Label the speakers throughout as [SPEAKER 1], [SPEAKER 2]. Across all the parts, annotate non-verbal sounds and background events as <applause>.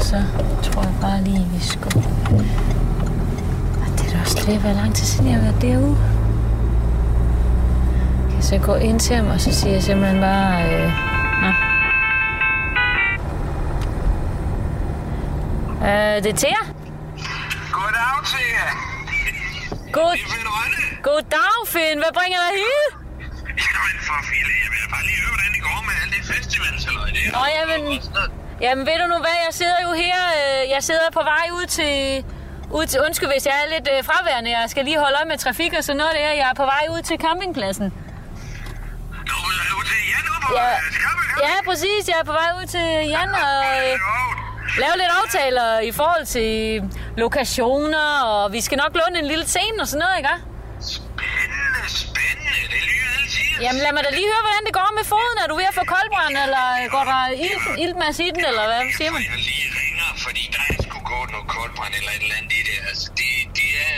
[SPEAKER 1] så tror jeg bare lige, vi skulle... Ej, Det er da også lidt været lang tid siden, jeg har været derude. Kan jeg så gå ind til ham, og så siger jeg simpelthen bare... Øh... Nå. Øh, det er Thea.
[SPEAKER 2] Goddag til jer.
[SPEAKER 1] God,
[SPEAKER 2] Det er Finn Rønne.
[SPEAKER 1] god dag, Finn. Hvad bringer dig hit?
[SPEAKER 2] Jamen for filen, jeg vil bare lige høre, hvordan det går med alle de festivals, eller det er
[SPEAKER 1] Nå, jamen. Jamen ved du nu hvad, jeg sidder jo her, øh, jeg sidder på vej ud til, ud til undskyld hvis jeg er lidt øh, fraværende, jeg skal lige holde øje med trafik og sådan noget der, jeg er på vej ud til campingpladsen.
[SPEAKER 2] Du er jo til Jan ude på
[SPEAKER 1] Ja.
[SPEAKER 2] ja. Skamme,
[SPEAKER 1] Ja, præcis, jeg er på vej ud til Jan og øh, lave lidt aftaler i forhold til lokationer, og vi skal nok låne en lille scene og sådan noget, ikke?
[SPEAKER 2] Spændende, spændende. Det lyder alle tider.
[SPEAKER 1] Jamen lad mig da lige høre, hvordan det går med foden, er du ved at få koldbrand, eller går der ild, iltmasse i den, eller hvad siger man?
[SPEAKER 2] Jeg lige ringer, fordi der er sgu gået noget koldbrand eller et eller andet i det. Altså, det, det er...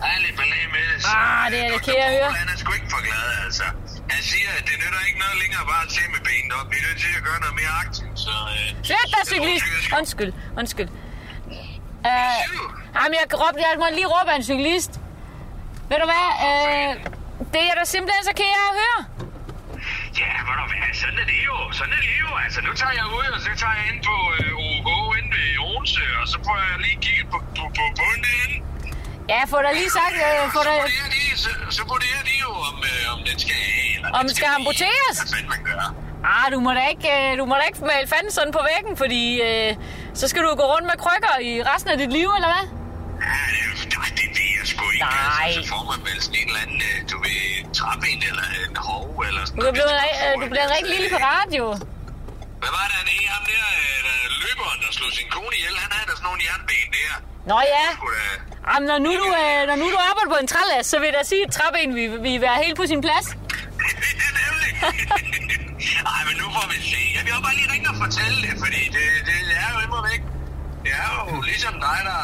[SPEAKER 2] Der er lidt ballet med det. så-
[SPEAKER 1] Ah, det er det kære at høre.
[SPEAKER 2] Han er sgu ikke for glad, altså. Han siger, at det nytter ikke noget længere bare at se med benene op. Vi er nødt til at gøre noget mere aktivt, så... Øh,
[SPEAKER 1] Flyt dig,
[SPEAKER 2] jeg tror,
[SPEAKER 1] cyklist!
[SPEAKER 2] jeg skal-
[SPEAKER 1] Undskyld, undskyld. Uh,
[SPEAKER 2] Syv.
[SPEAKER 1] jamen, jeg, råbte, jeg må lige råbe af en cyklist. Ved du hvad? Uh, det er da simpelthen så kære at høre.
[SPEAKER 2] Ja, hvor du hvad, sådan er det jo. Sådan er det jo. Altså, nu tager jeg ud, og så tager jeg ind på øh, OUH inde ved Odense, og så får jeg lige kigget på, på, på bunden derinde.
[SPEAKER 1] Ja, få dig lige sagt, uh, få
[SPEAKER 2] Så
[SPEAKER 1] dig...
[SPEAKER 2] vurderer de, så, så vurderer de jo, om, øh, om den skal af, eller
[SPEAKER 1] Om den skal
[SPEAKER 2] blive.
[SPEAKER 1] amputeres?
[SPEAKER 2] Hvad fanden man gør.
[SPEAKER 1] Ah, du må da ikke, uh, du må da ikke male fanden sådan på væggen, fordi uh, så skal du gå rundt med krykker i resten af dit liv, eller hvad?
[SPEAKER 2] Ja, det, nej, det ved jeg sgu ikke.
[SPEAKER 1] Nej.
[SPEAKER 2] Altså, så får man vel sådan en eller anden, øh, du ved, træben eller en hov, eller sådan
[SPEAKER 1] Du er blevet, ri- øh, du er blevet rigtig lille på radio.
[SPEAKER 2] altså, Hvad var det, han hed? ham der, øh, der løberen, der slog sin kone ihjel? Han havde da sådan nogle jernben der.
[SPEAKER 1] Nå ja,
[SPEAKER 2] Skulle da...
[SPEAKER 1] Jamen, når, nu du, øh, når nu du arbejder på en trælas, så vil jeg da sige, at træben vil, vil være helt på sin plads.
[SPEAKER 2] det er nemlig. <laughs> Ej, men nu får vi se. Jeg vil bare lige ringe og fortælle det, fordi det, det er jo immer væk. Det er jo ligesom dig, der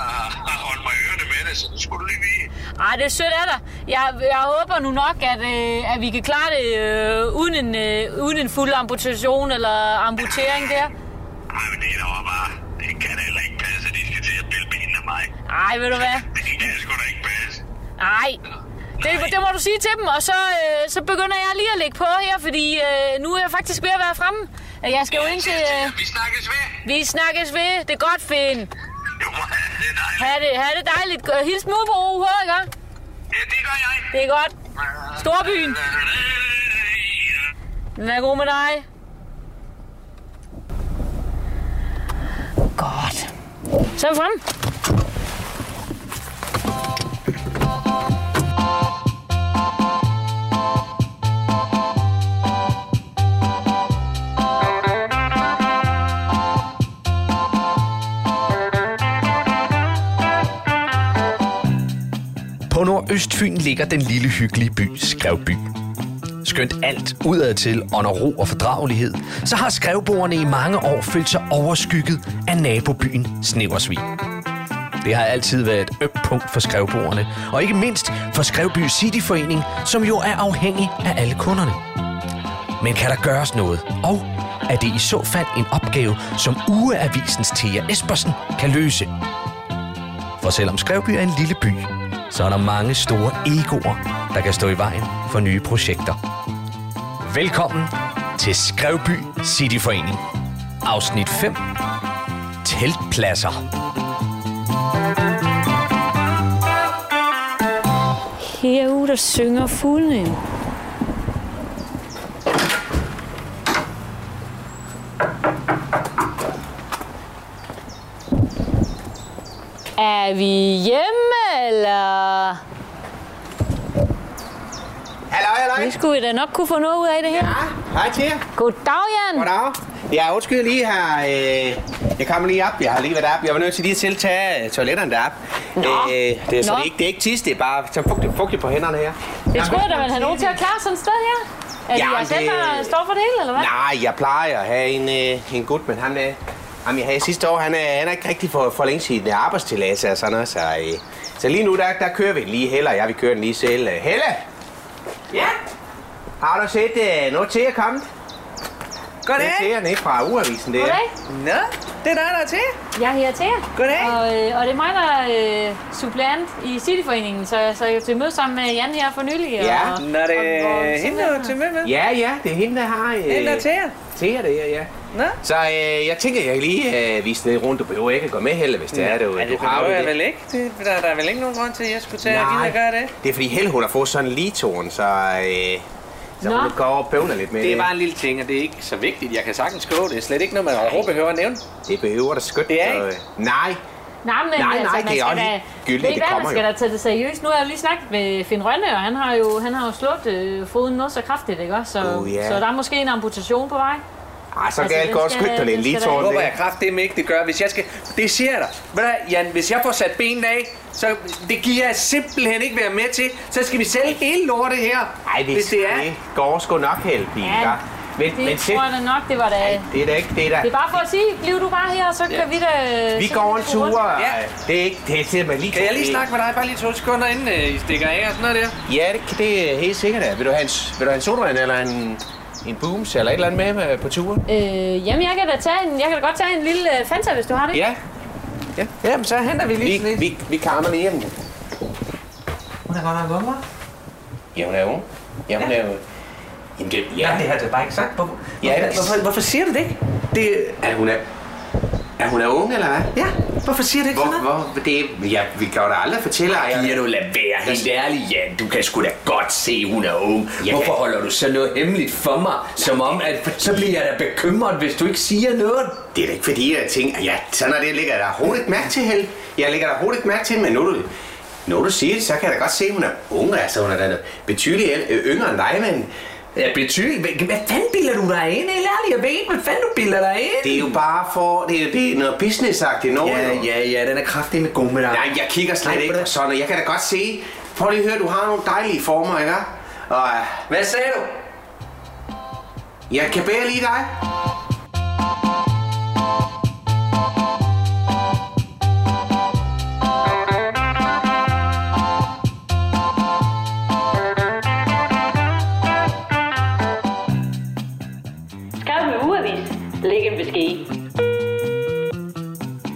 [SPEAKER 2] har holdt mig i ørerne med det, så det skulle du lige vide.
[SPEAKER 1] Ej, det er sødt af dig. Jeg, jeg håber nu nok, at, øh, at vi kan klare det øh, uden, en, øh, uden en fuld amputation eller amputering der.
[SPEAKER 2] Ej, men det er da bare... Det kan da heller ikke passe, at de skal til at pille benene af mig.
[SPEAKER 1] Ej, ved du hvad?
[SPEAKER 2] Det kan sgu da ikke passe.
[SPEAKER 1] Ej. Det, det må du sige til dem, og så, øh, så begynder jeg lige at lægge på her, fordi øh, nu er jeg faktisk ved at være fremme. Jeg skal jo ind til... Øh,
[SPEAKER 2] Vi snakkes ved.
[SPEAKER 1] vi snakkes ved. Det er godt, Finn.
[SPEAKER 2] Jo, <laughs> det er dejligt.
[SPEAKER 1] Ha' det, ha' det dejligt. Gå- Hils mor på OUH, ikke?
[SPEAKER 2] Ja, det gør jeg.
[SPEAKER 1] Det er godt. Storbyen. Den er god med dig. Godt. Så er vi fremme.
[SPEAKER 3] På Nordøstfyn ligger den lille hyggelige by Skrevby. Skønt alt udadtil under ro og fordragelighed, så har skrevboerne i mange år følt sig overskygget af nabobyen Sneversvig. Det har altid været et ømt punkt for skrevboerne, og ikke mindst for Skrevby Cityforening, som jo er afhængig af alle kunderne. Men kan der gøres noget? Og er det i så fald en opgave, som ugeavisens Thea Espersen kan løse? For selvom Skrevby er en lille by, så er der mange store egoer, der kan stå i vejen for nye projekter. Velkommen til Skrevby Cityforening. Afsnit 5. Teltpladser.
[SPEAKER 1] Herude, der synger fuglene. Er vi hjemme, eller?
[SPEAKER 4] Hallo, hallo.
[SPEAKER 1] Det skulle vi da nok kunne få noget ud af det her.
[SPEAKER 4] Ja, Ah, hej til jer.
[SPEAKER 1] Goddag, Jan.
[SPEAKER 4] Goddag. Ja, undskyld lige her. Øh, jeg kommer lige op. Jeg har lige været op. Jeg var nødt til lige selv at tage øh, toiletterne derop. Øh, det, er, så
[SPEAKER 1] Nå.
[SPEAKER 4] det, er ikke, det er ikke tis, det er bare så fugtigt, fugtigt på hænderne her.
[SPEAKER 1] Jeg troede, der man havde nogen til at klare sådan et sted her. Er det
[SPEAKER 4] Ja,
[SPEAKER 1] jer selv,
[SPEAKER 4] det-
[SPEAKER 1] der står for det hele, eller hvad?
[SPEAKER 4] Nej, jeg plejer at have en, øh, en gut, men han, øh, jamen, jeg havde sidste år, han, øh, han er ikke rigtig for, for længe siden arbejdstilladelse og sådan noget, så, øh, så lige nu, der, der kører vi den lige Helle, og jeg vil køre den lige selv. Øh, Helle? Ja? Har du set øh, noget til at komme? Det er
[SPEAKER 5] Goddag.
[SPEAKER 4] han ikke fra ugeavisen, det er.
[SPEAKER 1] Goddag.
[SPEAKER 5] Nå, det er dig, der er til.
[SPEAKER 1] Jeg hedder Thea.
[SPEAKER 5] Goddag.
[SPEAKER 1] Og, øh, og det er mig, der er øh, suppleant i Cityforeningen, så jeg sad jo til møde sammen med Jan her for nylig.
[SPEAKER 4] Ja.
[SPEAKER 1] og,
[SPEAKER 5] Nå, det
[SPEAKER 1] og- og-
[SPEAKER 5] er hende, du er til med med.
[SPEAKER 4] Ja, ja, det er hende, der har... Øh,
[SPEAKER 5] Hende, der er til jer.
[SPEAKER 4] Thea, det er, ja.
[SPEAKER 5] Nå.
[SPEAKER 4] Så øh, jeg tænker, jeg kan lige øh, vise ned rundt. Du behøver ikke at gå med heller, hvis det er det.
[SPEAKER 5] Ja, det
[SPEAKER 4] du har
[SPEAKER 5] behøver
[SPEAKER 4] jo
[SPEAKER 5] jeg vel ikke. Det, der, der er vel ikke nogen grund til, at jeg skulle tage og
[SPEAKER 4] Nej.
[SPEAKER 5] give at gøre det.
[SPEAKER 4] Det er fordi Helle, hun har fået sådan en litoren, så, øh, så
[SPEAKER 1] Nå.
[SPEAKER 4] hun går og bøvler lidt med det.
[SPEAKER 5] Det er bare en lille ting, og det er ikke så vigtigt. Jeg kan sagtens gå. Det er slet ikke noget, man overhovedet behøver at nævne.
[SPEAKER 4] Det behøver der skønt.
[SPEAKER 5] Det er
[SPEAKER 4] så,
[SPEAKER 5] ikke.
[SPEAKER 4] øh, Nej,
[SPEAKER 1] Nej, men
[SPEAKER 4] Nej, nej,
[SPEAKER 1] altså, man
[SPEAKER 4] det er
[SPEAKER 1] skal
[SPEAKER 4] også
[SPEAKER 1] da,
[SPEAKER 4] ligegyldigt,
[SPEAKER 1] ved I
[SPEAKER 4] det
[SPEAKER 1] hvad,
[SPEAKER 4] kommer
[SPEAKER 1] man skal
[SPEAKER 4] jo.
[SPEAKER 1] da tage det seriøst. Nu har jeg jo lige snakket med Finn Rønne, og han har jo, han har jo slået øh, foden noget så kraftigt, ikke også? Så,
[SPEAKER 4] Oh, ja.
[SPEAKER 1] så der er måske en amputation på vej.
[SPEAKER 4] Ej, så
[SPEAKER 1] Altså,
[SPEAKER 4] galt
[SPEAKER 1] den
[SPEAKER 4] godt
[SPEAKER 1] skal-
[SPEAKER 4] skønt, der er en
[SPEAKER 1] den skal
[SPEAKER 4] litoren.
[SPEAKER 5] Jeg håber jeg
[SPEAKER 4] der.
[SPEAKER 5] kraftedeme ikke, det gør. Hvis jeg skal... Det siger jeg dig. Ved du hvad, Jan, hvis jeg får sat benene af, så det giver jeg simpelthen ikke være med til. Så skal vi sælge hele lortet her.
[SPEAKER 4] Ej, det,
[SPEAKER 5] hvis det er.
[SPEAKER 4] det går sgu nok, Helle, pigen.
[SPEAKER 1] Ja,
[SPEAKER 4] Ja, men,
[SPEAKER 1] Det
[SPEAKER 4] men
[SPEAKER 1] men tror jeg da nok, det var da...
[SPEAKER 4] det er da ikke det, der...
[SPEAKER 1] Det er bare for at sige, bliv du bare her, så kan vi da...
[SPEAKER 4] Vi
[SPEAKER 1] så
[SPEAKER 4] går
[SPEAKER 1] kan
[SPEAKER 4] en
[SPEAKER 1] da
[SPEAKER 4] tur,
[SPEAKER 1] rundt.
[SPEAKER 4] og
[SPEAKER 5] Ja.
[SPEAKER 4] det er ikke det, er til, at man lige
[SPEAKER 5] Kan jeg lige snakke med dig bare lige to sekunder, inden øh, I stikker af og sådan noget der?
[SPEAKER 4] Ja, det, kan- det er helt sikkert. ja. Vil du have en, s- vil du have en sodavand eller en, en booms eller et eller andet med øh, på turen?
[SPEAKER 1] Øh, jamen, jeg kan, da tage en, jeg kan da godt tage en lille øh, Fanta, hvis du har det.
[SPEAKER 4] Ja. Ja, jamen så henter vi lige
[SPEAKER 5] Vi-
[SPEAKER 4] sådan Vi, vi kammer lige hjem. Hun er godt nok ung, hva'? Ja, hun er ung. Ja, hun er jo... Jamen det, ja.
[SPEAKER 5] har jeg da bare ikke sagt. Hvorfor,
[SPEAKER 4] Ja, det-
[SPEAKER 5] hvorfor siger du det ikke? Det,
[SPEAKER 4] Er hun er... Er hun er ung, eller hvad?
[SPEAKER 5] ja, hvorfor siger du ikke
[SPEAKER 4] Hvor, hvor, det, ja, vi kan jo da aldrig fortælle ejerne.
[SPEAKER 6] Giver du lad være, helt ærligt, Jan. Du kan sgu da godt se, hun er ung.
[SPEAKER 4] Ja.
[SPEAKER 6] Hvorfor holder du så noget hemmeligt for mig? Som om, at så bliver jeg da bekymret, hvis du ikke siger noget.
[SPEAKER 4] Det er da ikke fordi, jeg tænker, ja, sådan er det, ligger jeg da overhovedet ikke mærke til, Helle. Jeg lægger da overhovedet ikke mærke til, men når du, når du siger det, så kan jeg da godt se, at hun er ung, altså hun er da betydeligt æl- øh, yngre end dig, men
[SPEAKER 6] Ja, betydeligt. Hvad, hvad fanden bilder du dig ind? Helt ærligt, jeg ved ikke, hvad fanden du bilder dig ind.
[SPEAKER 4] det er jo bare for, det er, det er noget business-agtigt noget.
[SPEAKER 6] Ja,
[SPEAKER 4] jo.
[SPEAKER 6] ja, ja, den er kraftig med god med dig.
[SPEAKER 4] Nej, jeg kigger
[SPEAKER 6] Nej,
[SPEAKER 4] slet ikke
[SPEAKER 6] hvordan-
[SPEAKER 4] på sådan, og jeg kan da godt se, prøv lige at høre, du har nogle dejlige former, ikke? Og øh,
[SPEAKER 6] Hvad sagde du?
[SPEAKER 4] jeg kan bedre lide dig.
[SPEAKER 7] Skriv med ugeavis. Læg en besked.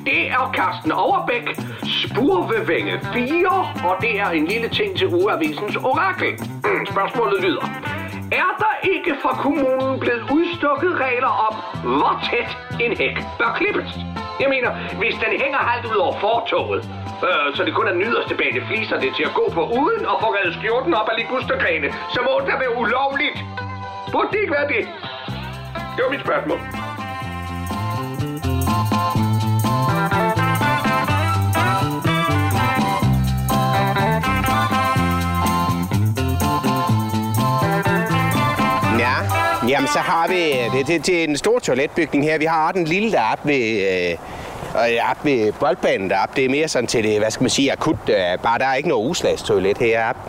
[SPEAKER 8] Det er Carsten Overbæk, Spurvevænge 4, og det er en lille ting til ugeavisens orakel. Mm, Spørgsmålet lyder, er der ikke fra kommunen blevet udstukket regler om, hvor tæt en hæk bør klippes? Jeg mener, hvis den hænger halvt ud over fortoget, øh, så det kun er den yderste bane fliser det er til at gå på uden og få reddet skjorten op af ligustergrene, så må det da være ulovligt. Burde det ikke være det? Det var mit spørgsmål.
[SPEAKER 4] Ja, jamen så har vi, øh, det, det, det er en stor toiletbygning her. Vi har den lille der er oppe ved, øh, og op ved boldbanen deroppe. Det er mere sådan til det, hvad skal man sige, akut. Øh, bare der er ikke noget udslagstoilet heroppe.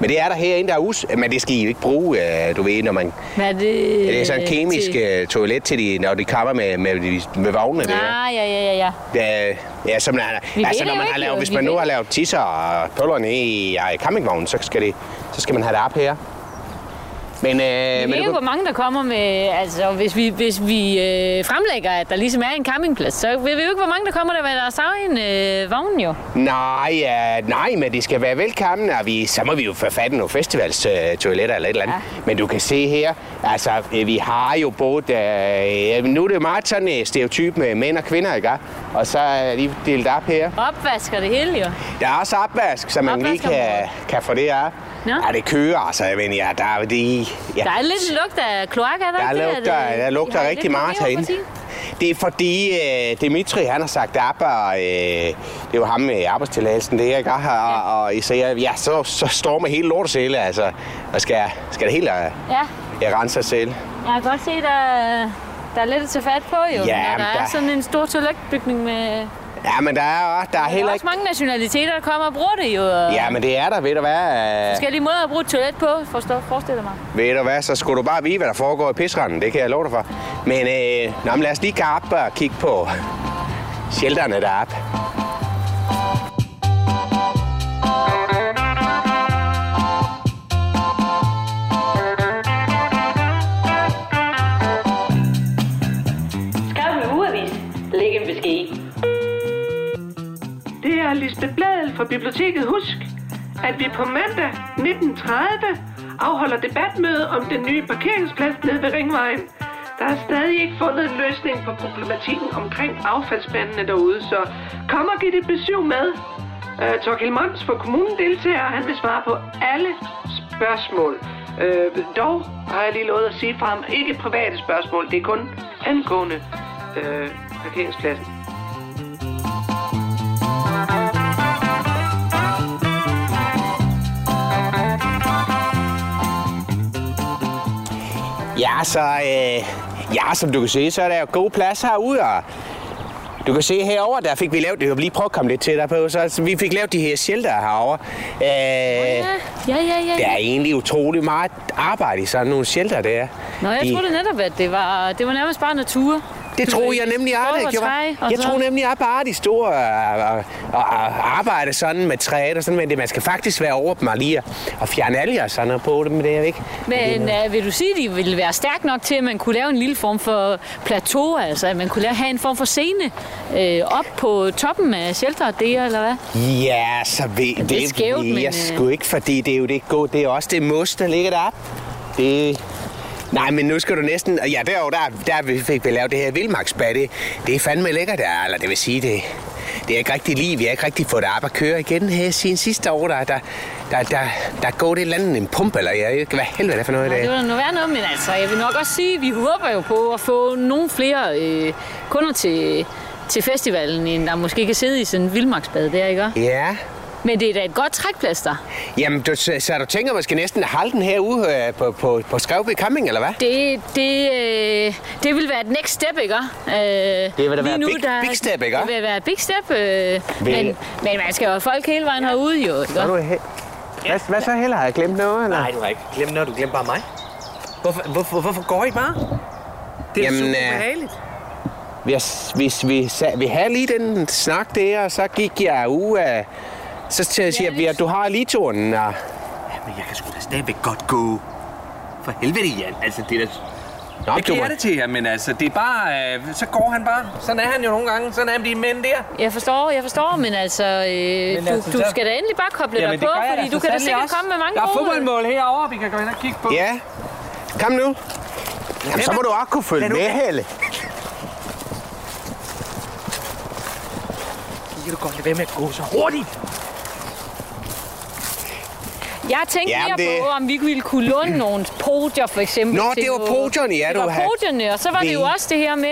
[SPEAKER 4] Men det er der herinde, der er us... Men det skal I jo ikke bruge, øh, du ved, når man...
[SPEAKER 1] Hvad er det?
[SPEAKER 4] Det er sådan en
[SPEAKER 1] øh,
[SPEAKER 4] kemisk
[SPEAKER 1] til-
[SPEAKER 4] øh, toilet til de, når de kammer med, med, de- med vognene der.
[SPEAKER 1] Nej, ja, ja, ja, ja.
[SPEAKER 4] Øh, ja, som man,
[SPEAKER 1] Vi
[SPEAKER 4] altså,
[SPEAKER 1] ved
[SPEAKER 4] når
[SPEAKER 1] det
[SPEAKER 4] man
[SPEAKER 1] jo
[SPEAKER 4] har
[SPEAKER 1] ikke,
[SPEAKER 4] lavet,
[SPEAKER 1] jo.
[SPEAKER 4] hvis
[SPEAKER 1] Vi
[SPEAKER 4] man nu
[SPEAKER 1] ved-
[SPEAKER 4] har lavet tisser og pøller ned i ej, campingvognen, så skal, det, så skal man have det op her. Men, øh,
[SPEAKER 1] Vi
[SPEAKER 4] men
[SPEAKER 1] ved
[SPEAKER 4] du
[SPEAKER 1] jo,
[SPEAKER 4] kan-
[SPEAKER 1] hvor mange der kommer med... Altså, hvis vi, hvis vi øh, fremlægger, at der ligesom er en campingplads, så ved vi jo ikke, hvor mange der kommer der med deres egen øh, vogn, jo.
[SPEAKER 4] Nej, ja, nej, men det skal være velkommen, og vi, så må vi jo forfatte nogle festivalstoiletter eller et eller andet. Ja. Men du kan se her, altså øh, vi har jo både, øh, øh, nu er det jo meget sådan øh, stereotyp med mænd og kvinder, ikke? Og så er de delt op her.
[SPEAKER 1] Opvasker det hele, jo.
[SPEAKER 4] Der er også opvask, så man lige kan,
[SPEAKER 1] Opvaskområdet.
[SPEAKER 4] kan få det af.
[SPEAKER 1] Nå.
[SPEAKER 4] Ja, det kører altså, jeg mener, ja, der er det, ja,
[SPEAKER 1] Der er lidt lugt af kloak, er der,
[SPEAKER 4] der
[SPEAKER 1] ikke det,
[SPEAKER 4] lugter,
[SPEAKER 1] at, øh,
[SPEAKER 4] der
[SPEAKER 1] I har
[SPEAKER 4] lugter
[SPEAKER 1] lidt
[SPEAKER 4] rigtig meget
[SPEAKER 1] problemer
[SPEAKER 4] herinde.
[SPEAKER 1] for tiden?
[SPEAKER 4] Det er fordi øh, Dimitri, han har sagt op, og øh, det er jo ham med arbejdstilladelsen, det her, ikke? Og, og, og I ser, ja, så, så står med hele lortesæle, altså. Og skal, skal det helt øh,
[SPEAKER 1] Ja,
[SPEAKER 4] jeg rense sig selv.
[SPEAKER 1] jeg kan godt se, der, der er lidt at tage fat på, jo.
[SPEAKER 4] Ja,
[SPEAKER 1] når
[SPEAKER 4] men
[SPEAKER 1] der, er
[SPEAKER 4] der-
[SPEAKER 1] sådan en stor toiletbygning med...
[SPEAKER 4] Ja, men der er, der er
[SPEAKER 1] Der er
[SPEAKER 4] heller
[SPEAKER 1] også
[SPEAKER 4] ikke...
[SPEAKER 1] mange nationaliteter, der kommer og bruger det, jo. og
[SPEAKER 4] Ja, men det er der, ved du hvad? Øh,
[SPEAKER 1] Forskellige måder at bruge et toilet på, forstå, forestil dig mig.
[SPEAKER 4] Ved du hvad, så skulle du bare vide, hvad der foregår i pisranden. Det kan jeg love dig for. Men, øh, nå, men lad os lige gå op og kigge på <laughs> shelterne deroppe.
[SPEAKER 7] Læg en besked.
[SPEAKER 9] Det er Lisbeth Bladel fra biblioteket. Husk, at vi på mandag 19.30 afholder debatmøde om den nye parkeringsplads nede ved Ringvejen. Der er stadig ikke fundet en løsning på problematikken omkring affaldsspandene derude, så kom og giv dit besøg med. Øh, Torkild Mons fra kommunen deltager, og han vil svare på alle spørgsmål. Øh, dog har jeg lige lovet at sige frem, ikke private spørgsmål, det er kun angående øh, parkeringspladsen.
[SPEAKER 4] Ja, så, øh, ja, som du kan se, så er der jo god plads herude, og du kan se herover, der fik vi lavet, jeg vil lige prøve at komme lidt tættere på, så så vi fik lavet de her shelter herover. Øh,
[SPEAKER 1] Ja, ja, ja.
[SPEAKER 4] der er egentlig utrolig meget arbejde i sådan nogle shelter der.
[SPEAKER 1] Nå, jeg
[SPEAKER 4] de,
[SPEAKER 1] troede netop, at det var, det var nærmest bare natur.
[SPEAKER 4] Det troede jeg nemlig
[SPEAKER 1] Skov
[SPEAKER 4] aldrig,
[SPEAKER 1] og
[SPEAKER 4] jeg gjorde.
[SPEAKER 1] træ og
[SPEAKER 4] Jeg
[SPEAKER 1] så-
[SPEAKER 4] troede nemlig at bare, de øh, stod og, og, og, og arbejdede øh, sådan med træet og sådan, men det, man skal faktisk være over dem og lige at- at fjerne alger og sådan noget på dem, men det er jo ikke.
[SPEAKER 1] Men øh, vil du sige, at de ville være stærk nok til, at man kunne lave en lille form for plateau, altså at man kunne lave, have en form for scene øh, op på toppen af shelteret der, eller hvad?
[SPEAKER 4] Ja, så ved det,
[SPEAKER 1] lidt skævt,
[SPEAKER 4] ved
[SPEAKER 1] men,
[SPEAKER 4] jeg
[SPEAKER 1] øh,
[SPEAKER 4] sgu ikke, fordi det er jo det gode. Det er også det mos, der ligger deroppe. Det... Nej, men nu skal du næsten... og Ja, derovre, der, der vi fik vi lavet det her vildmarksbad. Det, det er fandme lækkert, der, eller det vil sige, det, det er ikke rigtig lige. Vi har ikke rigtig fået det op at køre igen her siden sidste år. Der, der, der, der, der er gået et eller andet en pump, eller jeg ved ikke, hvad helvede er det for noget i
[SPEAKER 1] Nå,
[SPEAKER 4] dag.
[SPEAKER 1] det vil der nu være noget, men altså, jeg vil nok også sige, at vi håber jo på at få nogle flere øh, kunder til, til festivalen, end der måske kan sidde i sådan en vildmarksbad der, ikke?
[SPEAKER 4] Ja,
[SPEAKER 1] Men det er da et godt trækplaster.
[SPEAKER 4] jamen du, så, så du tænker måske næsten at holde den herude øh, på, på, på Skrevby Camping, eller hvad?
[SPEAKER 1] Det, det, øh, det vil være et next step, ikke? Øh, det
[SPEAKER 4] vil da være big- big step, ikke?
[SPEAKER 1] Det vil være et big step, øh,
[SPEAKER 4] Vil-
[SPEAKER 1] men, men man skal jo have folk hele vejen herude, jo, ikke?
[SPEAKER 4] Nå, nu er he- hvad, hvad så heller? Har jeg glemt noget? Eller?
[SPEAKER 6] Nej, du har ikke glemt noget. Du glemte bare mig.
[SPEAKER 5] Hvorfor, hvorfor, hvorfor går I bare? Det er
[SPEAKER 4] Jamen,
[SPEAKER 5] Jamen, super
[SPEAKER 4] øh,
[SPEAKER 5] behageligt.
[SPEAKER 4] Hvis, hvis vi, sa- vi havde lige den snak der, og så gik jeg ud af... Så til jeg siger vi, at du har lige turen. Og,
[SPEAKER 5] Men jeg kan sgu da stadigvæk godt gå. For helvede, Jan. Altså, det er da...
[SPEAKER 4] nå,
[SPEAKER 5] Jeg
[SPEAKER 4] du må,
[SPEAKER 5] giver det til jer, men altså, det er bare... Øh, så går han bare. Sådan er han jo nogle gange. Sådan er de mænd der.
[SPEAKER 1] Jeg forstår, jeg forstår, men altså, øh,
[SPEAKER 5] Men
[SPEAKER 1] du,
[SPEAKER 5] altså,
[SPEAKER 1] du
[SPEAKER 5] så-
[SPEAKER 1] skal da endelig bare koble dig på,
[SPEAKER 5] gør jeg
[SPEAKER 1] fordi du
[SPEAKER 5] så
[SPEAKER 1] kan da
[SPEAKER 5] sandelig
[SPEAKER 1] sikkert
[SPEAKER 5] også.
[SPEAKER 1] komme med mange
[SPEAKER 5] Der er
[SPEAKER 1] gode...
[SPEAKER 5] fodboldmål herovre, vi kan gå ind og kigge på.
[SPEAKER 4] Ja. Kom nu. Jamen, så må du også kunne følge med, Helle.
[SPEAKER 5] Kan du godt lade være med at gå så hurtigt?
[SPEAKER 1] Jeg tænkte
[SPEAKER 4] Jamen,
[SPEAKER 1] mere
[SPEAKER 4] det-
[SPEAKER 1] på, om vi ville kunne
[SPEAKER 4] <clears throat>
[SPEAKER 1] låne nogle podier, for eksempel.
[SPEAKER 4] Nå,
[SPEAKER 1] til
[SPEAKER 4] det var
[SPEAKER 1] noget.
[SPEAKER 4] podierne, ja,
[SPEAKER 1] det
[SPEAKER 4] du
[SPEAKER 1] var
[SPEAKER 4] havde-
[SPEAKER 1] podierne, og så var det jo
[SPEAKER 4] Det-
[SPEAKER 1] også det her med,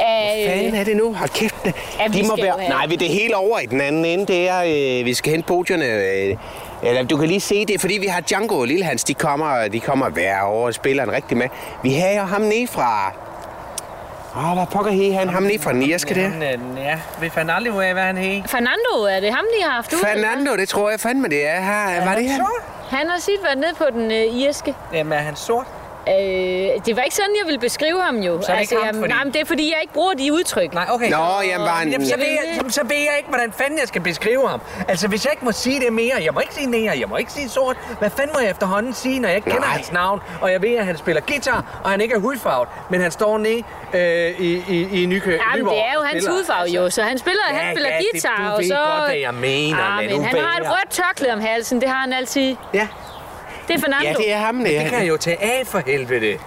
[SPEAKER 1] at...
[SPEAKER 4] Fanden
[SPEAKER 1] øh,
[SPEAKER 4] er det nu? Hold kæft.
[SPEAKER 1] Ja, vi
[SPEAKER 4] De må
[SPEAKER 1] skal jo
[SPEAKER 4] være...
[SPEAKER 1] have-
[SPEAKER 4] Nej, vi er det hele over i den anden ende. Det er, øh, vi skal hente podierne. Øh, eller, du kan lige se det, er, fordi vi har Django og Lille Hans. De kommer, de kommer hver år og spiller en rigtig med. Vi har jo ham ned fra... Åh, oh, hvad pokker he, han? Ham ned fra den irske der.
[SPEAKER 5] Men, øh, ja, vi fandt aldrig ud af, hvad han hed.
[SPEAKER 1] Fernando, er det ham, de har haft ude?
[SPEAKER 4] Fernando, det tror jeg fandme, det er. Her, var det han?
[SPEAKER 1] Han har sit været nede på den øh, irske.
[SPEAKER 5] Jamen, er han sort?
[SPEAKER 1] Øh, det var ikke sådan, jeg ville beskrive ham jo. Altså,
[SPEAKER 5] Så er det ikke ham,
[SPEAKER 1] jamen,
[SPEAKER 5] fordi-
[SPEAKER 1] nej, men det er fordi, jeg ikke bruger de udtryk.
[SPEAKER 5] Nej, okay.
[SPEAKER 4] Nå, jamen, var han...
[SPEAKER 5] Jamen, så, ved jeg, jamen, så ved jeg ikke, hvordan fanden jeg skal beskrive ham. Altså, hvis jeg ikke må sige det mere, jeg må ikke sige nære, jeg må ikke sige sort. Hvad fanden må jeg efterhånden sige, når jeg ikke kender
[SPEAKER 4] Nej.
[SPEAKER 5] hans navn, og jeg ved, at han spiller guitar, og han ikke er hudfarvet, men han står nede øh, i, i, i Nykø. Altså,
[SPEAKER 1] Jamen, det er jo hans hudfarve jo, så han spiller,
[SPEAKER 5] Ja,
[SPEAKER 1] han spiller
[SPEAKER 5] ja, det-
[SPEAKER 1] guitar,
[SPEAKER 5] du
[SPEAKER 1] og
[SPEAKER 5] ved
[SPEAKER 1] så...
[SPEAKER 5] godt, hvad jeg mener,
[SPEAKER 1] ah,
[SPEAKER 5] men
[SPEAKER 1] men
[SPEAKER 5] nu
[SPEAKER 1] han har et
[SPEAKER 5] vælger-
[SPEAKER 1] rødt tørklæde om halsen, det har han altid.
[SPEAKER 5] Ja.
[SPEAKER 1] Det er Fernando.
[SPEAKER 4] Ja, det er ham, det
[SPEAKER 5] Det kan
[SPEAKER 4] er.
[SPEAKER 5] jeg jo tage af for helvede.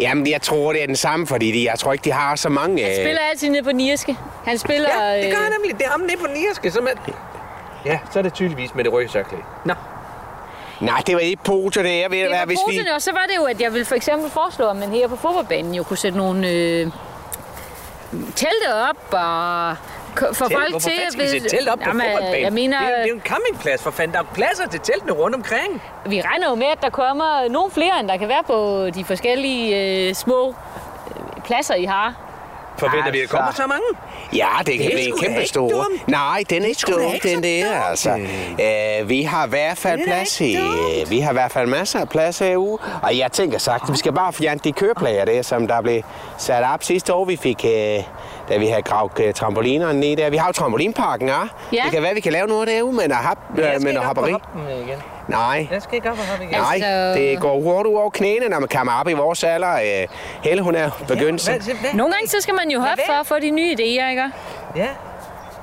[SPEAKER 4] Jamen, jeg tror, det er den samme, fordi de, jeg tror ikke, de har så mange... øh,
[SPEAKER 1] Han spiller altid nede på Nierske. Han spiller...
[SPEAKER 5] Ja, det gør
[SPEAKER 1] øh,
[SPEAKER 5] han nemlig. Det er ham nede på Nierske, som er... Ja, så er det tydeligvis med det røde sørklæde. Nå,
[SPEAKER 4] Nej, det var ikke Pojo, det er. Ved det
[SPEAKER 1] Det
[SPEAKER 4] hvad,
[SPEAKER 1] var
[SPEAKER 4] hvis vi...
[SPEAKER 1] poserne, og så var det jo, at jeg ville for eksempel foreslå, at man her på fodboldbanen jo kunne sætte nogle øh, telte op og k- få folk
[SPEAKER 5] Hvorfor
[SPEAKER 1] til...
[SPEAKER 5] fanden
[SPEAKER 1] at
[SPEAKER 5] skal vi sætte
[SPEAKER 1] vide-
[SPEAKER 5] telt op på
[SPEAKER 1] Jamen, øh,
[SPEAKER 5] fodboldbanen?
[SPEAKER 1] Jeg mener,
[SPEAKER 5] det, er, det er jo en campingplads, for fanden. Der er jo pladser til teltene rundt omkring.
[SPEAKER 1] vi regner jo med, at der kommer nogle flere, end der kan være på de forskellige øh, små øh, pladser, I har.
[SPEAKER 5] Forventer
[SPEAKER 4] vi, at der kommer
[SPEAKER 5] så mange?
[SPEAKER 4] Ja, det kan
[SPEAKER 5] Det er
[SPEAKER 4] blive
[SPEAKER 5] sgu da
[SPEAKER 4] kæmpe
[SPEAKER 5] ikke
[SPEAKER 4] store.
[SPEAKER 5] dumt.
[SPEAKER 4] Nej, den er ikke
[SPEAKER 5] da
[SPEAKER 4] dum,
[SPEAKER 5] ikke så
[SPEAKER 4] den der,
[SPEAKER 5] dumt.
[SPEAKER 4] altså. Øh, vi har i hvert fald
[SPEAKER 5] Det er da
[SPEAKER 4] plads
[SPEAKER 5] ikke
[SPEAKER 4] i... øh,
[SPEAKER 5] dumt.
[SPEAKER 4] Vi har i hvert fald masser af plads herude. Og jeg tænker sagt, vi skal bare fjerne de køreplager der, som der blev sat op sidste år. Vi fik... Øh, da vi havde gravet øh, trampolinerne ned der. Vi har jo trampolinparken, ja.
[SPEAKER 1] Ja.
[SPEAKER 4] Det kan være, vi kan lave noget derude, men at hop, øh, men at hopperi.
[SPEAKER 5] igen.
[SPEAKER 4] Nej.
[SPEAKER 10] Jeg skal ikke op og hoppe igen.
[SPEAKER 4] Nej,
[SPEAKER 1] Altså-
[SPEAKER 4] det går hurtigt ud over knæene, når man kommer op i vores alder. Øh, Helle, hun er begyndt.
[SPEAKER 10] Hvad,
[SPEAKER 4] så-
[SPEAKER 10] hvad, hvad?
[SPEAKER 1] Nogle gange så skal man jo hoppe
[SPEAKER 10] være.
[SPEAKER 1] for at få de nye idéer, ikke?
[SPEAKER 10] Ja.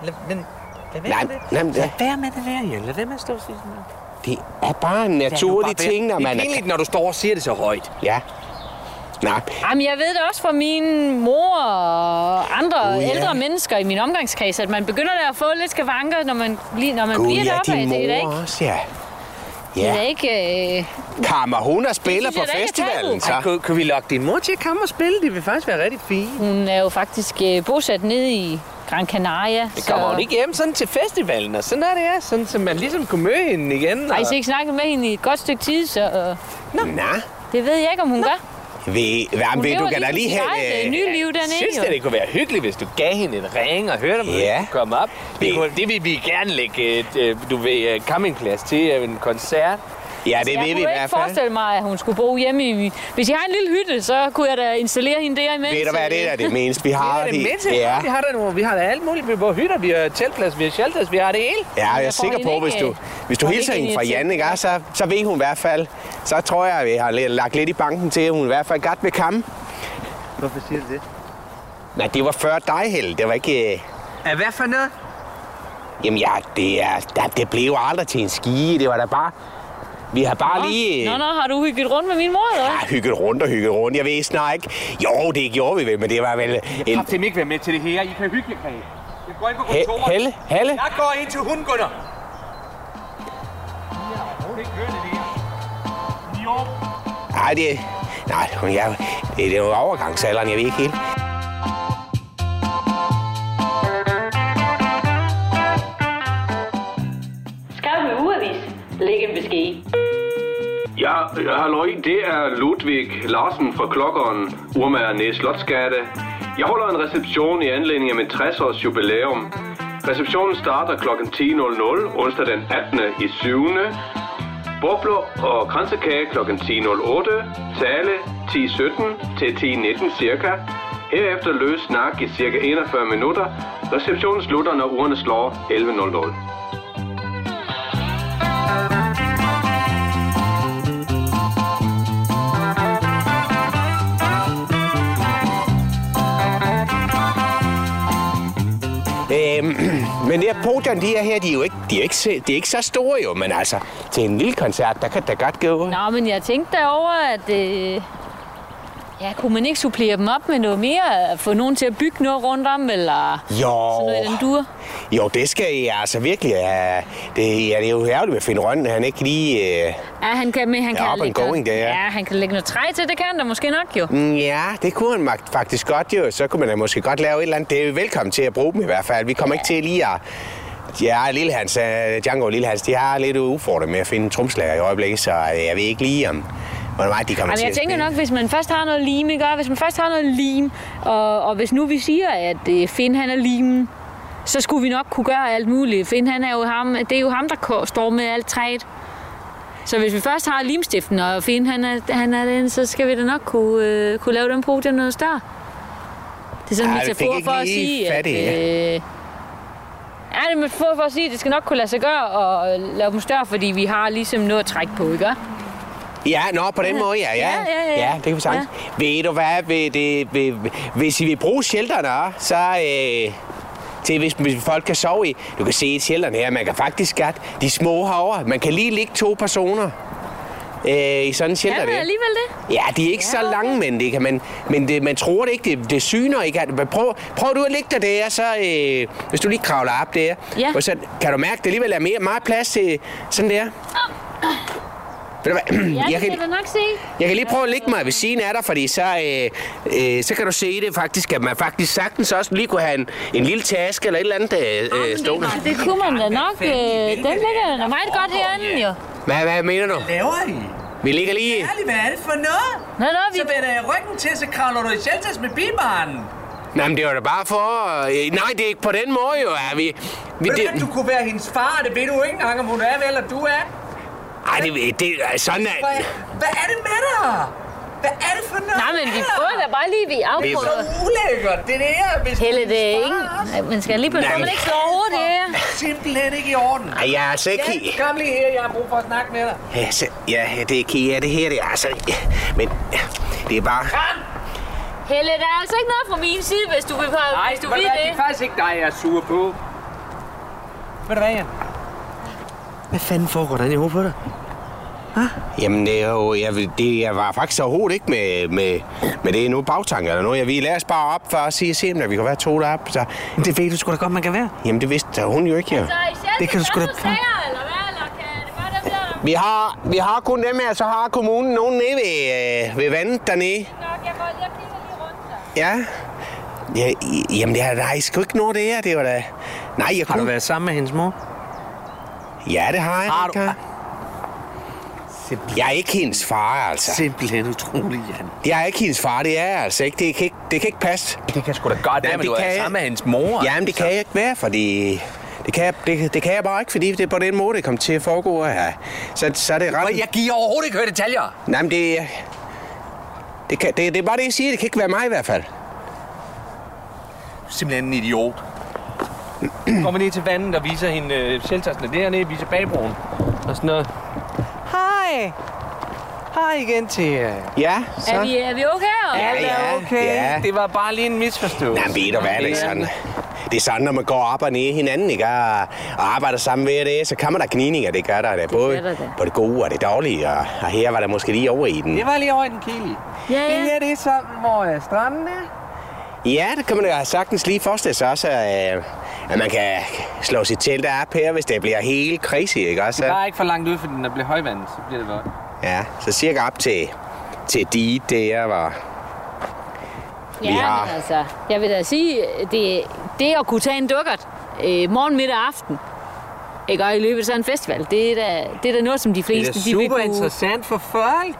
[SPEAKER 10] Lad, men, lad være
[SPEAKER 4] Nej,
[SPEAKER 10] med det.
[SPEAKER 4] nej, men
[SPEAKER 10] Lad
[SPEAKER 4] det-
[SPEAKER 10] være med det der, Jan. Lad være med at stå og sige sådan noget.
[SPEAKER 4] Det er bare en naturlig ting, når man
[SPEAKER 6] Det er
[SPEAKER 4] er...
[SPEAKER 6] pinligt, når du står og siger det så højt.
[SPEAKER 4] Ja. Nej,
[SPEAKER 1] Jamen, jeg ved det også fra min mor og andre uh,
[SPEAKER 4] ja.
[SPEAKER 1] ældre mennesker i min omgangskreds, at man begynder der at få lidt skavanker, når man, bli- når man
[SPEAKER 4] gud,
[SPEAKER 1] bliver
[SPEAKER 4] ja,
[SPEAKER 1] deroppe af.
[SPEAKER 4] din
[SPEAKER 1] Det er da
[SPEAKER 4] mor
[SPEAKER 1] ikke...
[SPEAKER 4] også, ja.
[SPEAKER 1] Det er da
[SPEAKER 4] Ja,
[SPEAKER 1] ikke... Øh...
[SPEAKER 4] Karma, hun er spiller
[SPEAKER 1] Det synes jeg
[SPEAKER 4] på
[SPEAKER 1] da ikke er
[SPEAKER 4] festivalen,
[SPEAKER 1] tabu.
[SPEAKER 4] så.
[SPEAKER 10] Kunne, kunne vi lokke din mor til at komme og spille? Det vil faktisk være rigtig fint.
[SPEAKER 1] Hun er jo faktisk øh, bosat nede i Gran Canaria.
[SPEAKER 10] Det kommer hun ikke hjem sådan til festivalen, og sådan er det, ja. Sådan, så man ligesom kunne møde hende igen.
[SPEAKER 1] Har I
[SPEAKER 10] Og...
[SPEAKER 1] så ikke snakket med hende i et godt stykke tid, så øh,
[SPEAKER 4] Nå,
[SPEAKER 1] det ved jeg ikke, om hun gør.
[SPEAKER 4] ved, hvad,
[SPEAKER 1] Hun
[SPEAKER 4] ved
[SPEAKER 1] lever
[SPEAKER 4] du kan da
[SPEAKER 1] livet
[SPEAKER 4] lige
[SPEAKER 1] sit eget, øh,
[SPEAKER 4] have...
[SPEAKER 1] nye liv dernede,
[SPEAKER 10] Jeg synes
[SPEAKER 1] jo.
[SPEAKER 10] da, det kunne være hyggeligt, hvis du gav hende en ring og hørte, om hun
[SPEAKER 4] Ja.
[SPEAKER 10] yeah. kunne komme op. Det,
[SPEAKER 4] Det-
[SPEAKER 10] kunne, det vil vi gerne lægge et, øh, du ved, øh, campingplads til øh, en koncert.
[SPEAKER 4] Ja, det
[SPEAKER 1] Altså, jeg
[SPEAKER 4] ved
[SPEAKER 1] kunne
[SPEAKER 4] vi i
[SPEAKER 1] ikke
[SPEAKER 4] hvert fald.
[SPEAKER 1] forestille mig, at hun skulle bo hjemme i... Hvis I har en lille hytte, så kunne jeg da installere hende der imens. øh.
[SPEAKER 4] Ved du hvad, det er da det mindste,
[SPEAKER 1] <laughs>
[SPEAKER 4] vi har.
[SPEAKER 10] det er det
[SPEAKER 4] de-
[SPEAKER 10] med til.
[SPEAKER 4] Ja,
[SPEAKER 10] Vi har der nogle, vi har der alt muligt. Vi har både hytter, vi har teltplads, vi har shelters, vi har det hele.
[SPEAKER 4] ja jeg er
[SPEAKER 1] Jeg får
[SPEAKER 4] sikker
[SPEAKER 1] hende ikke,
[SPEAKER 4] på, hvis du,
[SPEAKER 1] øh,
[SPEAKER 4] hvis du
[SPEAKER 1] får
[SPEAKER 4] hilser
[SPEAKER 1] ikke
[SPEAKER 4] hende fra
[SPEAKER 1] hende til.
[SPEAKER 4] Jan, ikke, også, så, så ved hun i hvert fald. Så tror jeg, vi har lidt- lagt lidt i banken til, at hun i hvert fald godt vil komme.
[SPEAKER 10] Hvorfor siger du det?
[SPEAKER 4] Nej, det var før dig, Helle. Det var ikke... øh,
[SPEAKER 10] Ja, hvad for noget?
[SPEAKER 4] Jamen ja, det, er, der, det blev jo aldrig til en ski. Det var da bare... Vi har bare lige...
[SPEAKER 1] Nå, nå, har du hygget rundt med min mor, eller hvad?
[SPEAKER 4] Ja, hygget rundt og hygget rundt. Jeg ved snart ikke. Jo, det gjorde vi vel, men det var vel... En...
[SPEAKER 5] Har ikke været med til det her? I kan hygge jer, kan I? Jeg går ind på
[SPEAKER 4] He-
[SPEAKER 5] kontoret.
[SPEAKER 4] Helle? Helle?
[SPEAKER 5] Jeg går ind til hunden, Gunnar. Ja, det kører det her. Jo.
[SPEAKER 4] Nej, det... Nej, hun- jeg, det, det er jo overgangsalderen, jeg ved ikke helt.
[SPEAKER 7] Skarpe ugeavis. Læg en besked.
[SPEAKER 8] Ja, ja, halløj, det er Ludvig Larsen fra Klokkeren, urmager Næs Slotsgade. Jeg holder en reception i anledning af min 60-års jubilæum. Receptionen starter kl. 10.00 onsdag den 18. i 7. Bobler og kransekage kl. 10.08, tale 10.17 til 10.19 cirka. Herefter løs snak i cirka 41 minutter. Receptionen slutter, når ugerne slår 11.00.
[SPEAKER 4] Øhm, <clears throat> men det her podium, de er her, de er jo ikke, de er ikke, se- de er ikke så store jo, men altså, til en lille koncert, der kan det da godt gå.
[SPEAKER 1] Nå, men jeg tænkte derover, at... Øh... Ja, kunne man ikke supplere dem op med noget mere? Få nogen til at bygge noget rundt om, eller sådan noget i den
[SPEAKER 4] Jo,
[SPEAKER 1] dur?
[SPEAKER 4] jo, det skal I altså virkelig have. Det, ja, det er jo ærgerligt med Finn Rønne, han ikke lige... Øh,
[SPEAKER 1] Ja, han kan, men han
[SPEAKER 4] Ja,
[SPEAKER 1] kan
[SPEAKER 4] up and
[SPEAKER 1] lægge noget-
[SPEAKER 4] going, det er.
[SPEAKER 1] Ja, han kan lægge noget træ til, det kan han da måske nok jo.
[SPEAKER 4] Mm, Ja, det kunne han magt- faktisk godt jo. Så kunne man da måske godt lave et eller andet. Det er vi velkommen til at bruge dem i hvert fald. Vi kommer ikke til lige at... Ja, Lille Hans, øh, Django og Lille Hans, de har lidt udfordringer med at finde en tromslager i øjeblikket, så øh, jeg ved ikke lige, om, hvor meget de kommer
[SPEAKER 1] Jamen,
[SPEAKER 4] til
[SPEAKER 1] jeg
[SPEAKER 4] at
[SPEAKER 1] tænker
[SPEAKER 4] spille.
[SPEAKER 1] nok, hvis man først har noget lim, ikke? Og Hvis man først har noget lim, og, og hvis nu vi siger, at øh, Finn han er limen, så skulle vi nok kunne gøre alt muligt. Finn han er jo ham, det er jo ham, der ko- står med alt træet. Så hvis vi først har limstiften, og Finn han er, han er den, så skal vi da nok kunne, øh, kunne lave den podium noget større. Det er sådan en
[SPEAKER 4] Ej, det fik
[SPEAKER 1] metafor
[SPEAKER 4] ikke
[SPEAKER 1] for at
[SPEAKER 4] lige
[SPEAKER 1] sige,
[SPEAKER 4] fat i,
[SPEAKER 1] at... Øh, Ja, det er en metafor for at sige, at det skal nok kunne lade sig gøre og lave dem større, fordi vi har ligesom noget at trække på, ikke?
[SPEAKER 4] Ja, nå, på den måde, ja.
[SPEAKER 1] Ja,
[SPEAKER 4] Ja,
[SPEAKER 1] ja, ja.
[SPEAKER 4] ja det kan vi sagtens. Ja. Ved du hvad, ved det, ved, hvis I vil bruge shelterne, så... Øh, til hvis, hvis folk kan sove i. Du kan se i shelterne her, man kan faktisk godt. De små herovre, man kan lige ligge to personer. Øh, I sådan
[SPEAKER 1] Ja,
[SPEAKER 4] en shelter
[SPEAKER 1] men
[SPEAKER 4] der.
[SPEAKER 1] alligevel det.
[SPEAKER 4] Ja, de er ikke ja, så lange, men, det kan man, men det, man tror det ikke. Det, det syner ikke. Men prøv, prøv du at ligge dig der, så, øh, hvis du lige kravler op der.
[SPEAKER 1] Ja.
[SPEAKER 4] Og så kan du mærke, at det alligevel er mere, meget plads til sådan der. Ved du hvad? <clears throat>
[SPEAKER 1] Ja, det
[SPEAKER 4] Jeg kan,
[SPEAKER 1] kan du nok se.
[SPEAKER 4] jeg kan lige prøve at lægge mig ved siden af dig, fordi så, øh, øh, så kan du se det faktisk, at man faktisk sagtens også lige kunne have en, en lille taske eller et eller andet øh, øh, stående.
[SPEAKER 1] Det kunne man da nok. Øh, den ligger da meget godt herinde, jo.
[SPEAKER 4] Hvad, hvad mener du?
[SPEAKER 10] Laver I?
[SPEAKER 4] Vi ligger lige...
[SPEAKER 10] Ærligt, hvad er det for noget?
[SPEAKER 1] Nå, nå, vi...
[SPEAKER 10] Så vender jeg ryggen til, så kravler du i shelters med bilbaren.
[SPEAKER 4] Nej, men det var da bare for... Øh, nej, det er ikke på den måde jo. Er vi, vi,
[SPEAKER 10] Ved du, hvad,
[SPEAKER 4] det,
[SPEAKER 10] du kunne være hendes far, det ved du ikke engang, om hun er vel, eller du er.
[SPEAKER 4] ej, det, det, sådan er...
[SPEAKER 10] Hvad, hvad er det med dig?
[SPEAKER 11] Hvad er det for noget?
[SPEAKER 1] Nej, men vi prøver da bare lige, vi
[SPEAKER 11] Det er så
[SPEAKER 1] afprøver.
[SPEAKER 11] ulækkert, det der. Hvis
[SPEAKER 1] Helle,
[SPEAKER 11] du
[SPEAKER 1] det er
[SPEAKER 11] sparer
[SPEAKER 1] ingen...
[SPEAKER 11] os.
[SPEAKER 1] Ej, Man skal lige passe på,
[SPEAKER 11] Nej.
[SPEAKER 1] man ikke slår hovedet i det her.
[SPEAKER 11] Simpelthen ikke i orden.
[SPEAKER 4] Ej, jeg er altså ikke helt-
[SPEAKER 11] Ja, kom lige her, jeg har brug for at snakke med dig.
[SPEAKER 4] Ja, så, ja, det er Kia, det her, det er altså... ja, Men ja, det er bare...
[SPEAKER 1] Helle, der er altså ikke noget fra min side, hvis du vil,
[SPEAKER 5] Nej,
[SPEAKER 1] hvis du
[SPEAKER 5] ved
[SPEAKER 1] vil
[SPEAKER 5] du hvad,
[SPEAKER 1] det.
[SPEAKER 5] det er faktisk ikke dig, jeg er sur på.
[SPEAKER 11] Ved du hvad, Jan?
[SPEAKER 4] Hvad fanden foregår der inde i hovedet på dig? Jamen, det, er jo, jeg, vil- det jeg var faktisk overhovedet ikke med, med, med det er nu bagtanker eller noget. Jeg vil lade os bare op for at sige, se, om vi kan være to deroppe. Så,
[SPEAKER 11] Det ved du sgu da godt, man kan være. Altså-
[SPEAKER 4] jamen, det vidste hun jo ikke, jo.
[SPEAKER 11] Det kan du sgu da...
[SPEAKER 4] Vi har, vi har kun dem her, så har kommunen nogen nede ved, øh, ved vandet dernede. Ja. ja i- jamen, det er, der er sgu ikke noget det her, det var da... Nej, jeg
[SPEAKER 11] Har du
[SPEAKER 4] kunne...
[SPEAKER 11] været sammen med hendes mor?
[SPEAKER 4] Ja, det har jeg.
[SPEAKER 11] Har
[SPEAKER 4] ikke,
[SPEAKER 11] du- Ah.
[SPEAKER 4] har- Jeg er ikke hendes far, altså.
[SPEAKER 11] Simpelthen utrolig, Jan.
[SPEAKER 4] Jeg er ikke hendes far, det er jeg altså ikke. Det kan ikke, det kan ikke passe.
[SPEAKER 6] Det kan sgu da godt være, men du er sammen med hendes mor.
[SPEAKER 4] Jamen, det kan jeg ikke være, fordi... Det kan, jeg, det, det kan jeg bare ikke, fordi det er på den måde, det kom til at foregå her. Så, så er det ret...
[SPEAKER 6] Jeg giver overhovedet ikke høre detaljer.
[SPEAKER 4] Nej, men det... Det, kan, det, det er bare det, jeg siger. Det kan ikke være mig i hvert fald.
[SPEAKER 6] Simpelthen en idiot.
[SPEAKER 10] Kommer ned til vandet og viser hende øh, sheltersne dernede, viser bagbroen og sådan noget.
[SPEAKER 11] Hej. Hej igen til øh, jer.
[SPEAKER 4] Ja,
[SPEAKER 1] Er vi, er vi okay?
[SPEAKER 11] Ja,
[SPEAKER 4] Ja,
[SPEAKER 11] ja,
[SPEAKER 4] ja,
[SPEAKER 11] okay.
[SPEAKER 4] ja.
[SPEAKER 11] Det var bare lige en misforståelse.
[SPEAKER 4] Nej, men ved du hvad, Alexander? Det er sådan, når man går op og ned i hinanden, ikke? Og og arbejder sammen hver dag, så kan man da gnidninger, det gør der da. Både
[SPEAKER 1] gør der da.
[SPEAKER 4] på det gode og det dårlige, og, og her var der måske lige over i den.
[SPEAKER 11] Det var lige over i den kælige.
[SPEAKER 1] Ja,
[SPEAKER 11] Det
[SPEAKER 1] ja.
[SPEAKER 11] her, det er sammen, hvor øh, stranden er.
[SPEAKER 4] Ja, det kan man da sagtens lige forestille sig også, at, øh, at man kan slå sit telt op her, hvis det bliver helt crazy, ikke også?
[SPEAKER 11] Bare ikke for langt ud, fordi når det bliver højvand, så bliver det godt.
[SPEAKER 4] Ja, så cirka op til, til de der, var. Vi
[SPEAKER 1] Ja,
[SPEAKER 4] har-
[SPEAKER 1] men altså, jeg vil da sige, det, det at kunne tage en dukkert øh, morgen, middag og aften, ikke, og i løbet af sådan en festival, det er da, det er da noget, som de
[SPEAKER 11] Det
[SPEAKER 1] fleste...
[SPEAKER 11] er
[SPEAKER 1] de vil
[SPEAKER 11] super
[SPEAKER 1] kunne-
[SPEAKER 11] interessant for folk.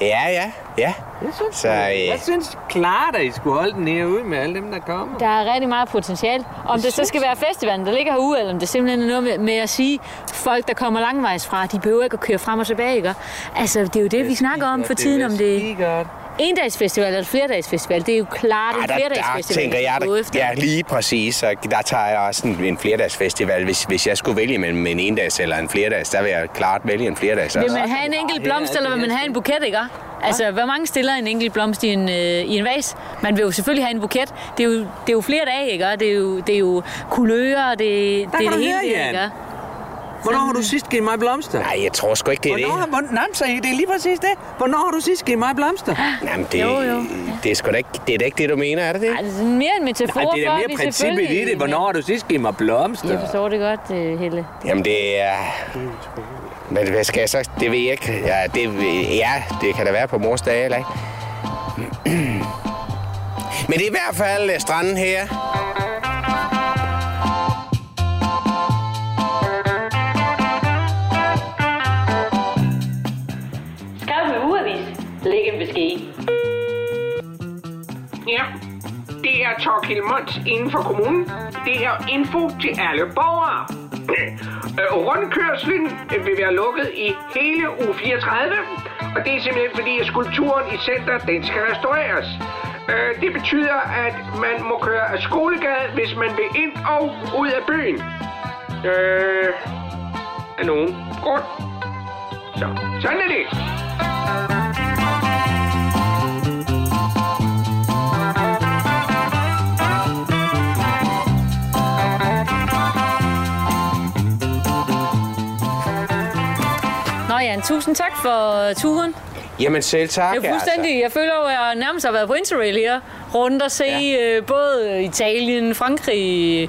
[SPEAKER 4] Ja, ja, ja.
[SPEAKER 11] Jeg synes,
[SPEAKER 4] Så,
[SPEAKER 11] så,
[SPEAKER 4] øh,
[SPEAKER 11] øh... jeg synes klart, at I skulle holde den her ude med alle dem, der kommer.
[SPEAKER 1] Der er rigtig meget potentiale. Om det så skal være festivalen, der ligger herude, eller om det simpelthen er noget med, med at sige, folk, der kommer langvejs fra, de behøver ikke at køre frem og tilbage, ikke? Altså, det er jo det, vi snakker om for tiden, om det er
[SPEAKER 11] Lige godt.
[SPEAKER 1] endagsfestival eller flerdagsfestival. Det er jo klart
[SPEAKER 4] Ej,
[SPEAKER 1] en
[SPEAKER 4] der, der
[SPEAKER 1] flerdagsfestival.
[SPEAKER 4] tænker jeg,
[SPEAKER 1] vi går
[SPEAKER 4] der,
[SPEAKER 1] efter.
[SPEAKER 4] ja, lige præcis. Så der tager jeg også en, en flerdagsfestival. Hvis, hvis jeg skulle vælge mellem en endags eller en flerdags, der vil jeg klart vælge en flerdags.
[SPEAKER 1] Vil
[SPEAKER 4] Altså.
[SPEAKER 1] man have en enkelt blomst, eller vil man have en buket, ikke? Altså, hvor mange stiller en enkelt blomst i en, øh, i en vas? Man vil jo selvfølgelig have en buket. Det er jo, det er jo flere dage, ikke? Det er jo, det er jo kulører, det, det er
[SPEAKER 11] kan
[SPEAKER 1] det
[SPEAKER 11] du
[SPEAKER 1] hele,
[SPEAKER 11] høre, Jan.
[SPEAKER 1] ikke?
[SPEAKER 11] Hvornår har du sidst givet mig blomster?
[SPEAKER 4] Nej, jeg tror sgu ikke, det er
[SPEAKER 11] Hvornår har,
[SPEAKER 4] det.
[SPEAKER 11] hvor, nej, så det er lige præcis det. Hvornår har du sidst givet mig blomster?
[SPEAKER 4] Jamen, det,
[SPEAKER 1] Jo, jo.
[SPEAKER 4] det er sgu da ikke det, er da ikke det du mener, er det det?
[SPEAKER 1] Ej, det er sådan mere en metafor
[SPEAKER 11] Ej, det er
[SPEAKER 1] for,
[SPEAKER 11] da mere
[SPEAKER 1] at vi
[SPEAKER 11] princippet i
[SPEAKER 1] selvfølgelig-
[SPEAKER 11] det. Hvornår har du sidst givet mig blomster?
[SPEAKER 1] Jeg forstår det godt, øh, Helle.
[SPEAKER 4] Jamen, det er... Men hvad skal jeg så? Det ved jeg ikke. Ja, det, ja, det kan da være på mors dag, eller ikke? <clears throat> Men det er i hvert fald øh, stranden her.
[SPEAKER 7] Skrev med ugeavis. Lægen vil ske.
[SPEAKER 9] Ja, det er Torkild Mons inden for kommunen. Det er info til alle borgere. <clears throat> Øh, Rundkørslen øh, vil være lukket i hele uge 34, og det er simpelthen fordi, at skulpturen i center, den skal restaureres. Øh, Det betyder, at man må køre af skolegade, hvis man vil ind og ud af byen. Øh, af nogen grund. Så, sådan er det.
[SPEAKER 1] Nå Jan, tusind tak for turen.
[SPEAKER 4] Jamen, selv tak.
[SPEAKER 10] altså.
[SPEAKER 1] Det er jo fuldstændig, jeg føler jo, at jeg nærmest har været på interrail her. Rundt og se ja. øh, både Italien, Frankrig, øh,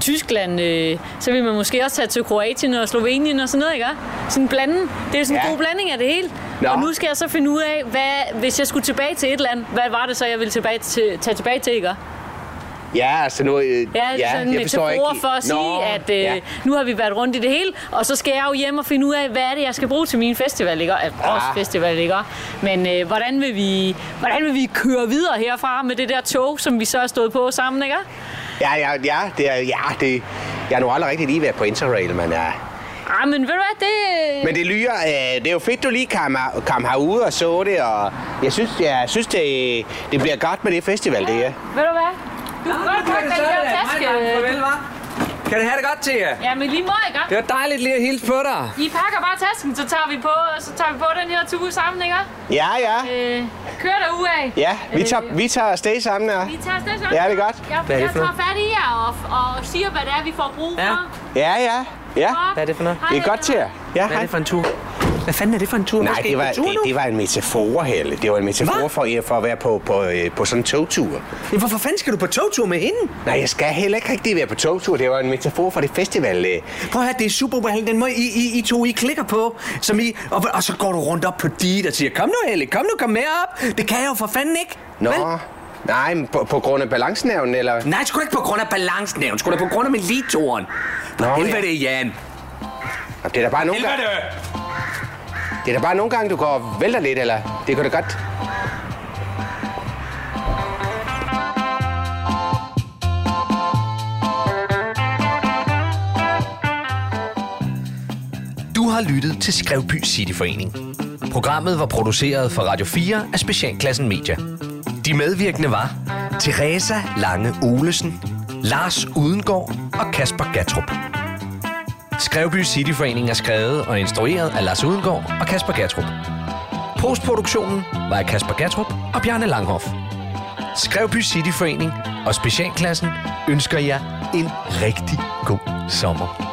[SPEAKER 1] Tyskland. Øh, så vil man måske også tage til Kroatien og Slovenien og sådan noget, ikke? Sådan blande. Det er jo sådan en
[SPEAKER 4] Ja.
[SPEAKER 1] god blanding af det hele. Nå.
[SPEAKER 4] Nå.
[SPEAKER 1] Og nu skal jeg så finde ud af, hvad, hvis jeg skulle tilbage til et land, hvad var det så, jeg ville tilbage til, tage tilbage til, ikke?
[SPEAKER 4] Altså. Ja, altså nu... øh,
[SPEAKER 1] Ja, ja sådan en metafor for at sige,
[SPEAKER 4] Nå,
[SPEAKER 1] at øh, ja. nu har vi været rundt i det hele, og så skal jeg jo hjem og finde ud af, hvad er det, jeg skal bruge til min festival, ikke? Altså, vores
[SPEAKER 4] Ah.
[SPEAKER 1] festival, ikke? Men øh, hvordan, vil vi, hvordan vil vi køre videre herfra med det der tog, som vi så har stået på sammen, ikke?
[SPEAKER 4] Ja, ja, ja, det er, ja, det, jeg har nu aldrig rigtig lige været på Interrail, men ja,
[SPEAKER 1] Ah, men ved du hvad, det...
[SPEAKER 4] Men det lyder, øh, det er jo fedt, du lige kom, her- kom herude og så det, og jeg synes, jeg synes det, det bliver godt med det festival, det er.
[SPEAKER 1] Ved du hvad? Du kan godt
[SPEAKER 10] det
[SPEAKER 1] pakke den
[SPEAKER 10] sådan.
[SPEAKER 1] der
[SPEAKER 10] Hej,
[SPEAKER 1] taske.
[SPEAKER 10] drenge. Farvel, hva'? Kan det have det godt, Thea?
[SPEAKER 1] Ja, men lige må jeg godt.
[SPEAKER 10] Det var dejligt lige at hilse på dig.
[SPEAKER 1] I pakker bare tasken, så tager vi på, så tager vi på den her tur sammen, ikke?
[SPEAKER 4] Ja, ja.
[SPEAKER 1] Øh, kør dig af.
[SPEAKER 4] Ja, vi tager, vi tager afsted sammen her.
[SPEAKER 1] Vi tager afsted sammen.
[SPEAKER 4] Ja, det er godt.
[SPEAKER 1] Jeg,
[SPEAKER 4] Hvad er det
[SPEAKER 1] jeg
[SPEAKER 4] for
[SPEAKER 1] tager fat i jer og, og siger, hvad det er, vi får brug for. Ja.
[SPEAKER 4] Ja, ja. Ja.
[SPEAKER 1] Hvad er det for noget?
[SPEAKER 4] Det er godt til jer. Ja, Hvad er det for en tur? Hvad fanden er det for en tur? Nej,
[SPEAKER 1] Måske
[SPEAKER 4] det var,
[SPEAKER 1] en tur
[SPEAKER 4] det, det var en metafor, Helle. Det var en metafor for, ja, for at være på, på, øh, på sådan en togtur.
[SPEAKER 6] Men hvorfor fanden skal du på togtur med hende?
[SPEAKER 4] Nej, jeg skal heller ikke rigtig være på togtur. Det var en metafor for det festival. øh.
[SPEAKER 6] Prøv at høre, det er super Bowl, den må I, I, I to, I klikker på, som I, og, og så går du rundt op på dit og siger, kom nu Helle, kom nu, kom med op, det kan jeg jo for fanden ikke.
[SPEAKER 4] Nå, nej, men på, på grund af balancenævnen, eller?
[SPEAKER 6] Nej, sgu da ikke på grund af balancen, sgu da på grund af min litoren. Nå, helvede, ja. Jan.
[SPEAKER 4] Det er da bare nogle gange... Det er da bare nogle gange, du går og vælter lidt, eller? Det kunne da godt...
[SPEAKER 3] Du har lyttet til Skrevby Cityforening. Programmet var produceret for Radio 4 af Specialklassen Media. De medvirkende var Teresa Lange Olesen, Lars Udengård og Kasper Gatrup. Skrevby Cityforening er skrevet og instrueret af Lars Udengård og Kasper Gatrup. Postproduktionen var af Kasper Gatrup og Bjarne Langhoff. Skrevby Cityforening og Specialklassen ønsker jer en rigtig god sommer.